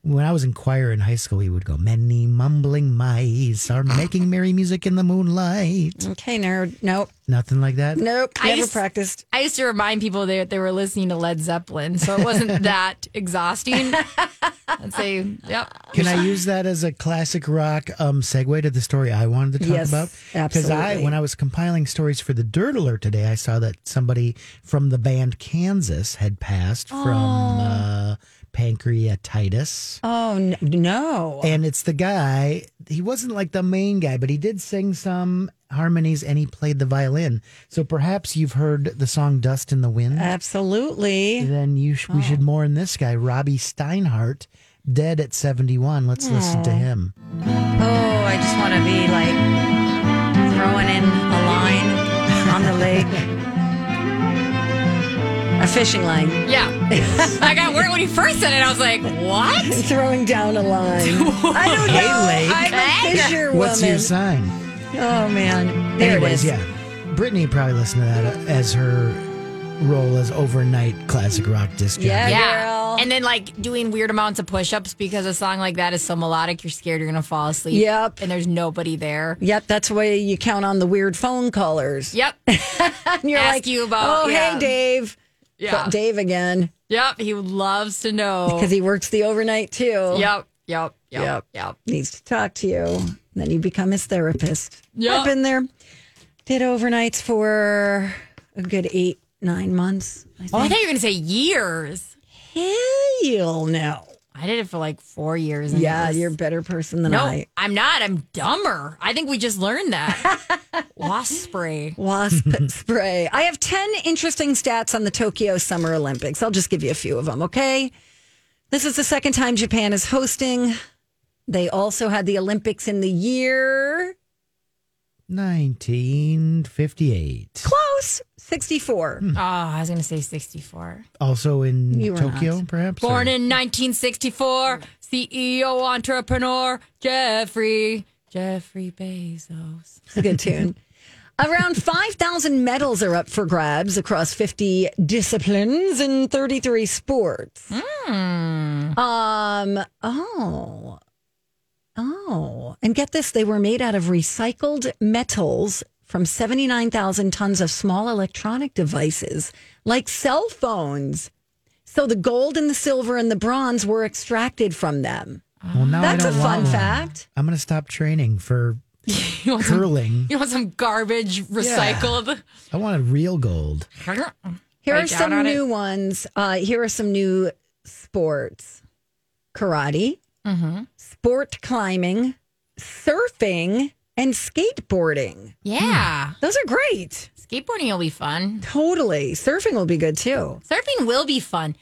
[SPEAKER 3] When I was in choir in high school, we would go, "Many mumbling mice are making merry music in the moonlight."
[SPEAKER 1] Okay, nerd. Nope.
[SPEAKER 3] Nothing like that.
[SPEAKER 1] Nope.
[SPEAKER 2] I
[SPEAKER 1] Never
[SPEAKER 2] just-
[SPEAKER 1] practiced.
[SPEAKER 2] I used to remind people that they were listening to Led Zeppelin, so it wasn't that exhausting. I'd say, yep.
[SPEAKER 3] Can I use that as a classic rock um, segue to the story I wanted to talk
[SPEAKER 1] Yes,
[SPEAKER 3] about? I,
[SPEAKER 1] absolutely.
[SPEAKER 3] when I was compiling stories for the Dirt Alert today, I saw that somebody from the band Kansas had passed from uh, pancreatitis.
[SPEAKER 1] Oh n- no!
[SPEAKER 3] And it's the guy, he wasn't like the main guy, but he did sing some harmonies and he played the violin. So perhaps you've heard the song Dust in the Wind.
[SPEAKER 1] Uh, Absolutely.
[SPEAKER 3] then you sh- we
[SPEAKER 1] oh.
[SPEAKER 3] should mourn this guy, Robbie Steinhardt, dead at 71. Let's listen to him.
[SPEAKER 1] Oh, I just want to be like throwing in a line on the lake, a fishing line,
[SPEAKER 2] Yeah. I got worried when he first said it. I was like, what?
[SPEAKER 1] throwing down a line. I don't know.
[SPEAKER 3] Hey, lake.
[SPEAKER 1] I'm a fisher
[SPEAKER 3] What's
[SPEAKER 1] woman.
[SPEAKER 3] your sign?
[SPEAKER 1] oh man, there
[SPEAKER 3] Anyways,
[SPEAKER 1] it is.
[SPEAKER 3] yeah. Brittany probably listened to that as her role as overnight classic rock disc jockey.
[SPEAKER 1] Yeah,
[SPEAKER 2] Yeah.
[SPEAKER 1] girl.
[SPEAKER 2] And then like doing weird amounts of push-ups because a song like that is so melodic, you're scared you're gonna fall asleep.
[SPEAKER 1] Yep.
[SPEAKER 2] And there's nobody there.
[SPEAKER 1] Yep, that's why you count on the weird phone callers.
[SPEAKER 2] Yep.
[SPEAKER 1] and you're
[SPEAKER 2] Ask
[SPEAKER 1] like,
[SPEAKER 2] you about-
[SPEAKER 1] oh,
[SPEAKER 2] yeah.
[SPEAKER 1] hey, Dave.
[SPEAKER 2] Yeah.
[SPEAKER 1] But Dave again,
[SPEAKER 2] Yep. He loves to know.
[SPEAKER 1] because he works the overnight too.
[SPEAKER 2] Yep. Yep. Yep. Yep.
[SPEAKER 1] Needs to talk to you. And then you become his therapist.
[SPEAKER 2] Yep.
[SPEAKER 1] I've been there. Did overnights for a good eight, nine months. I
[SPEAKER 2] Oh, I
[SPEAKER 1] think.
[SPEAKER 2] thought you were gonna say years.
[SPEAKER 1] Hell no.
[SPEAKER 2] I did it for like four years. and
[SPEAKER 1] Yeah,
[SPEAKER 2] it was-
[SPEAKER 1] you're a better person than
[SPEAKER 2] no,
[SPEAKER 1] I.
[SPEAKER 2] I'm not. I'm dumber. I think we just learned that. Wasp spray.
[SPEAKER 1] Wasp spray. I have 10 interesting stats on the Tokyo Summer Olympics. I'll just give you a few of them, okay? This is the second time Japan is hosting. They also had the Olympics in the year
[SPEAKER 3] 1958.
[SPEAKER 1] close 64.
[SPEAKER 2] Oh, I was gonna say 64.
[SPEAKER 3] Also in
[SPEAKER 1] You were
[SPEAKER 3] Tokyo,
[SPEAKER 1] not.
[SPEAKER 3] perhaps? or-
[SPEAKER 2] Born in 1964, CEO E entrepreneur Jeffrey Jeffrey Bezos.
[SPEAKER 1] It's a good tune. Around 5,000 medals are up for grabs across 50 disciplines and 33 sports.
[SPEAKER 3] Hmm.
[SPEAKER 1] Um, oh. Oh. And get this, they were made out of recycled metals from 79,000 tons of small electronic devices like cell phones. So the gold and the silver and the bronze were extracted from them.
[SPEAKER 3] Well, now
[SPEAKER 1] That's
[SPEAKER 3] I
[SPEAKER 1] a
[SPEAKER 3] don't want
[SPEAKER 1] fun
[SPEAKER 3] one.
[SPEAKER 1] fact.
[SPEAKER 3] I'm going to stop training for
[SPEAKER 2] You want some,
[SPEAKER 3] curling.
[SPEAKER 2] you want some garbage recycled?
[SPEAKER 3] I wanted real gold.
[SPEAKER 1] Here
[SPEAKER 2] Write
[SPEAKER 1] are
[SPEAKER 2] down
[SPEAKER 1] some
[SPEAKER 2] on it.
[SPEAKER 1] new ones. Uh, here are some new sports karate,
[SPEAKER 2] Mm-hmm.
[SPEAKER 1] sport climbing, surfing, and skateboarding.
[SPEAKER 2] Yeah,
[SPEAKER 1] Those are great.
[SPEAKER 2] skateboarding will be fun.
[SPEAKER 1] Totally. Surfing will be good too.
[SPEAKER 2] Surfing will be fun.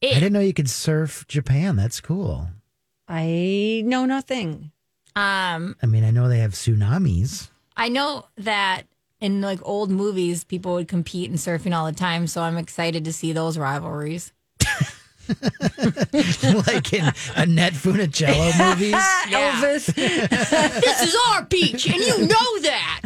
[SPEAKER 1] Eh.
[SPEAKER 3] I didn't know you could surf Japan. That's cool.
[SPEAKER 1] I know nothing.
[SPEAKER 2] Um,
[SPEAKER 3] I mean, I know they have tsunamis.
[SPEAKER 2] I know that in like old movies, people would compete in surfing all the time. So I'm excited to see those rivalries.
[SPEAKER 3] like in Annette Funicello movies.
[SPEAKER 1] Elvis.
[SPEAKER 2] this is our beach, and you know that.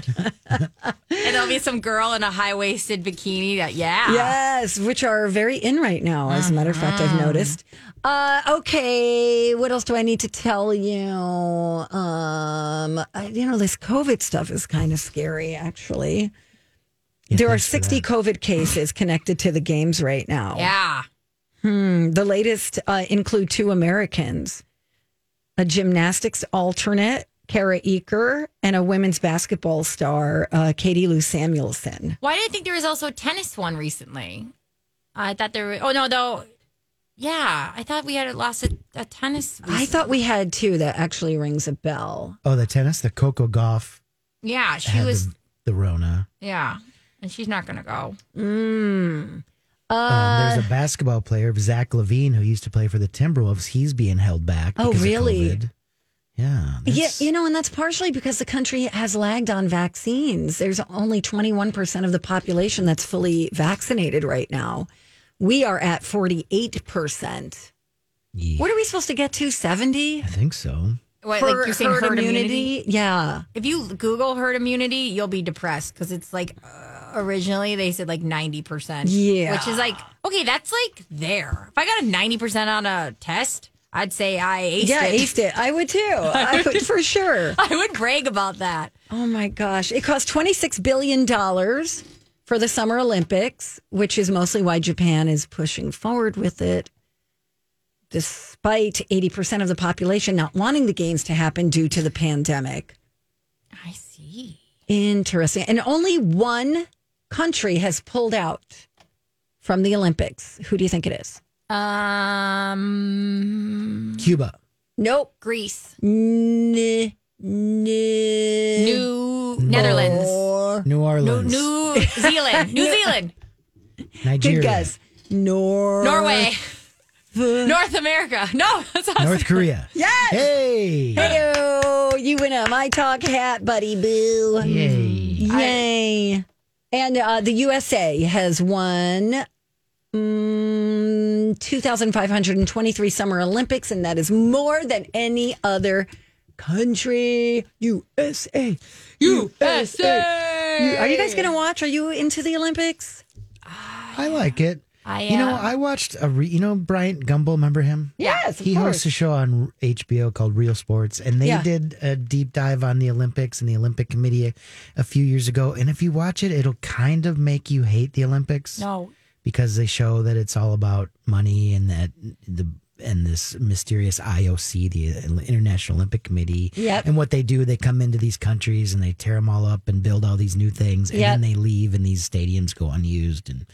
[SPEAKER 2] and there'll be some girl in a high waisted bikini. That yeah,
[SPEAKER 1] yes, which are very in right now, as a matter of fact,
[SPEAKER 2] Mm-hmm.
[SPEAKER 1] I've noticed. Uh, okay, what else do I need to tell you? Um, I- you know, this COVID stuff is kind of scary, actually.
[SPEAKER 3] Yeah,
[SPEAKER 1] there are
[SPEAKER 3] thanks for
[SPEAKER 1] 60
[SPEAKER 3] that.
[SPEAKER 1] COVID cases connected to the games right now.
[SPEAKER 2] yeah.
[SPEAKER 1] The latest uh, include two Americans, a gymnastics alternate, Kara Eaker, and a women's basketball star, uh, Katie Lou Samuelson.
[SPEAKER 2] Why do I think there was also a tennis one recently? I thought there. Were, oh no, though. Yeah, I thought we had lost a, a tennis.
[SPEAKER 1] I thought we had two that actually rings a bell.
[SPEAKER 3] Oh, the tennis, the Coco Golf
[SPEAKER 2] Yeah, she
[SPEAKER 3] had
[SPEAKER 2] was.
[SPEAKER 3] the, the Rona.
[SPEAKER 2] Yeah, and she's not gonna go.
[SPEAKER 3] um,
[SPEAKER 1] Uh.
[SPEAKER 3] there's a basketball player, Zach Levine, who used to play for the Timberwolves. He's being held back.
[SPEAKER 1] Oh,
[SPEAKER 3] because of
[SPEAKER 1] really?
[SPEAKER 3] COVID. Yeah.
[SPEAKER 1] Yeah,
[SPEAKER 3] that's-
[SPEAKER 1] you know, and that's partially because the country has lagged on vaccines. There's only 21% of the population that's fully vaccinated right now. We are at 48%.
[SPEAKER 3] yeah,
[SPEAKER 1] What are we supposed to get to? 70?
[SPEAKER 3] I think so.
[SPEAKER 2] What, like you're saying herd, immunity?
[SPEAKER 1] Yeah.
[SPEAKER 2] If you Google herd immunity, you'll be depressed because it's like uh, originally they said like ninety percent.
[SPEAKER 1] Yeah.
[SPEAKER 2] which is like okay, that's like there. If I got a ninety percent on a test, I'd say I aced
[SPEAKER 1] yeah,
[SPEAKER 2] it.
[SPEAKER 1] aced it. I would too. I would for sure.
[SPEAKER 2] I would brag about that.
[SPEAKER 1] Oh my gosh. It cost $26 billion for the Summer Olympics, which is mostly why Japan is pushing forward with it, despite 80% of the population not wanting the Games to happen due to the pandemic.
[SPEAKER 2] I see.
[SPEAKER 1] Interesting. And only one country has pulled out from the Olympics. Who do you think it is?
[SPEAKER 2] Um,
[SPEAKER 3] Cuba.
[SPEAKER 1] Nope.
[SPEAKER 2] Greece,
[SPEAKER 1] N- n-
[SPEAKER 2] New Netherlands,
[SPEAKER 1] Or-
[SPEAKER 3] New
[SPEAKER 2] New,
[SPEAKER 3] Orleans.
[SPEAKER 2] New Zealand, New Zealand,
[SPEAKER 3] Nigeria.
[SPEAKER 1] Good guess. Nor-
[SPEAKER 2] Norway, North America. No, that's not
[SPEAKER 3] North Korea.
[SPEAKER 1] Yes!
[SPEAKER 3] Hey.
[SPEAKER 1] Hey, you win a My Talk hat, buddy boo.
[SPEAKER 3] Yay.
[SPEAKER 1] Yay. and uh, the USA has won mm, 2,523 Summer Olympics, and that is more than any other country. USA. USA. You- are you guys going to watch? Are you into the Olympics?
[SPEAKER 3] I like it.
[SPEAKER 2] I,
[SPEAKER 3] You know,
[SPEAKER 2] uh,
[SPEAKER 3] I watched a re- you know Bryant Gumbel. Remember him?
[SPEAKER 1] Yes, of
[SPEAKER 3] he
[SPEAKER 1] course.
[SPEAKER 3] hosts a show on HBO called Real Sports, and they
[SPEAKER 1] Yeah.
[SPEAKER 3] did a deep dive on the Olympics and the Olympic Committee a, a few years ago. And if you watch it, it'll kind of make you hate the Olympics.
[SPEAKER 2] No.
[SPEAKER 3] because they show that it's all about money and that the and this mysterious IOC, the International Olympic Committee,
[SPEAKER 1] Yep.
[SPEAKER 3] and what they do, they come into these countries and they tear them all up and build all these new things, and
[SPEAKER 1] Yep.
[SPEAKER 3] then they leave and these stadiums go unused. And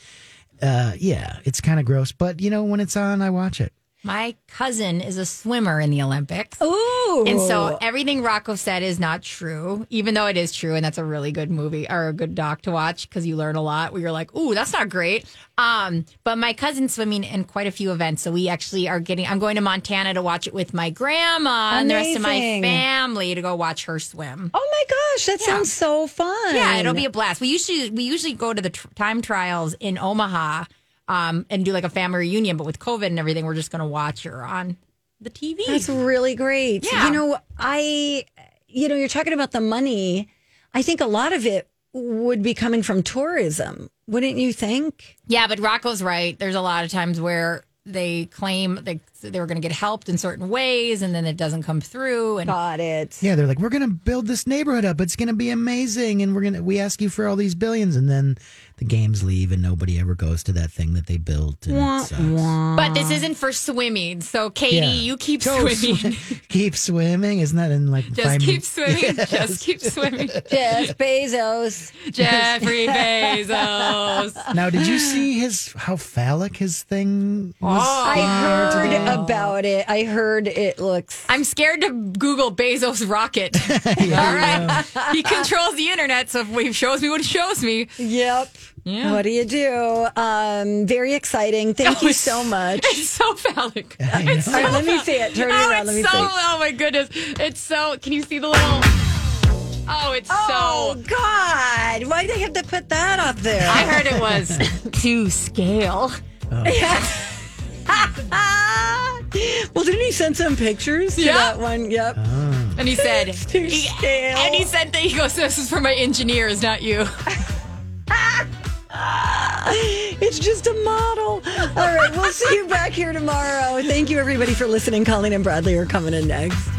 [SPEAKER 3] uh, yeah, it's kind of gross, but you know when it's on, I watch it.
[SPEAKER 2] My cousin is a swimmer in the Olympics.
[SPEAKER 1] Ooh.
[SPEAKER 2] And so everything Rocco said is not true, even though it is true. And that's a really good movie or a good doc to watch because you learn a lot where you're like, ooh, that's not great. Um, but my cousin's swimming in quite a few events. So we actually are getting, I'm going to Montana to watch it with my grandma and the rest of my
[SPEAKER 1] Amazing.
[SPEAKER 2] family to go watch her swim.
[SPEAKER 1] Oh my gosh, that sounds so fun.
[SPEAKER 2] Yeah, it'll be a blast. We usually we usually go to the tr- time trials in Omaha um, and do like a family reunion, but with COVID and everything, we're just going to watch her on the TV.
[SPEAKER 1] That's really great.
[SPEAKER 2] Yeah.
[SPEAKER 1] You know, I, you know, you're talking about the money. I think a lot of it would be coming from tourism, wouldn't you think?
[SPEAKER 2] yeah, but Rocco's right. There's a lot of times where they claim they they were going to get helped in certain ways, and then it doesn't come through. And
[SPEAKER 1] Got it.
[SPEAKER 3] Yeah, they're like, we're gonna build this neighborhood up. It's gonna be amazing, and we're gonna we ask you for all these billions, and then the games leave, and nobody ever goes to that thing that they built. And it sucks.
[SPEAKER 2] but this isn't for swimming, so Katie,
[SPEAKER 3] Yeah.
[SPEAKER 2] you keep
[SPEAKER 3] Go
[SPEAKER 2] swimming.
[SPEAKER 3] swi- keep swimming. Isn't that in like
[SPEAKER 2] Just
[SPEAKER 3] five
[SPEAKER 2] keep
[SPEAKER 3] min-
[SPEAKER 2] swimming.
[SPEAKER 3] Yeah.
[SPEAKER 2] Just keep swimming.
[SPEAKER 1] Jeff Bezos.
[SPEAKER 2] Jeffrey Bezos.
[SPEAKER 3] Now, did you see his how phallic his thing was?
[SPEAKER 2] Oh,
[SPEAKER 1] I heard about it. I heard it looks.
[SPEAKER 2] I'm scared to Google Bezos rocket. All right. He controls the internet, so if he shows me what he shows me.
[SPEAKER 1] Yep.
[SPEAKER 2] Yeah.
[SPEAKER 1] What do you do? Um, very exciting. Thank you so much.
[SPEAKER 2] It's so phallic.
[SPEAKER 3] I know.
[SPEAKER 2] It's so
[SPEAKER 1] All right, let me
[SPEAKER 2] phallic.
[SPEAKER 1] see it. Turn it
[SPEAKER 2] oh,
[SPEAKER 1] around.
[SPEAKER 2] it's
[SPEAKER 1] Let me
[SPEAKER 2] so,
[SPEAKER 1] see.
[SPEAKER 2] Oh, my goodness. It's so, can you see the little, oh, it's
[SPEAKER 1] Oh
[SPEAKER 2] so,
[SPEAKER 1] God! Why do they have to put that up there?
[SPEAKER 2] I heard it was to scale.
[SPEAKER 1] well, didn't he send some pictures to
[SPEAKER 2] Yeah.
[SPEAKER 1] that one? Yep.
[SPEAKER 2] And he said,
[SPEAKER 1] To
[SPEAKER 2] he-
[SPEAKER 1] scale.
[SPEAKER 2] and he said that he goes, this is for my engineers, not you.
[SPEAKER 1] it's just a model. All right, we'll see you back here tomorrow. Thank you, everybody, for listening. Colleen and Bradley are coming in next.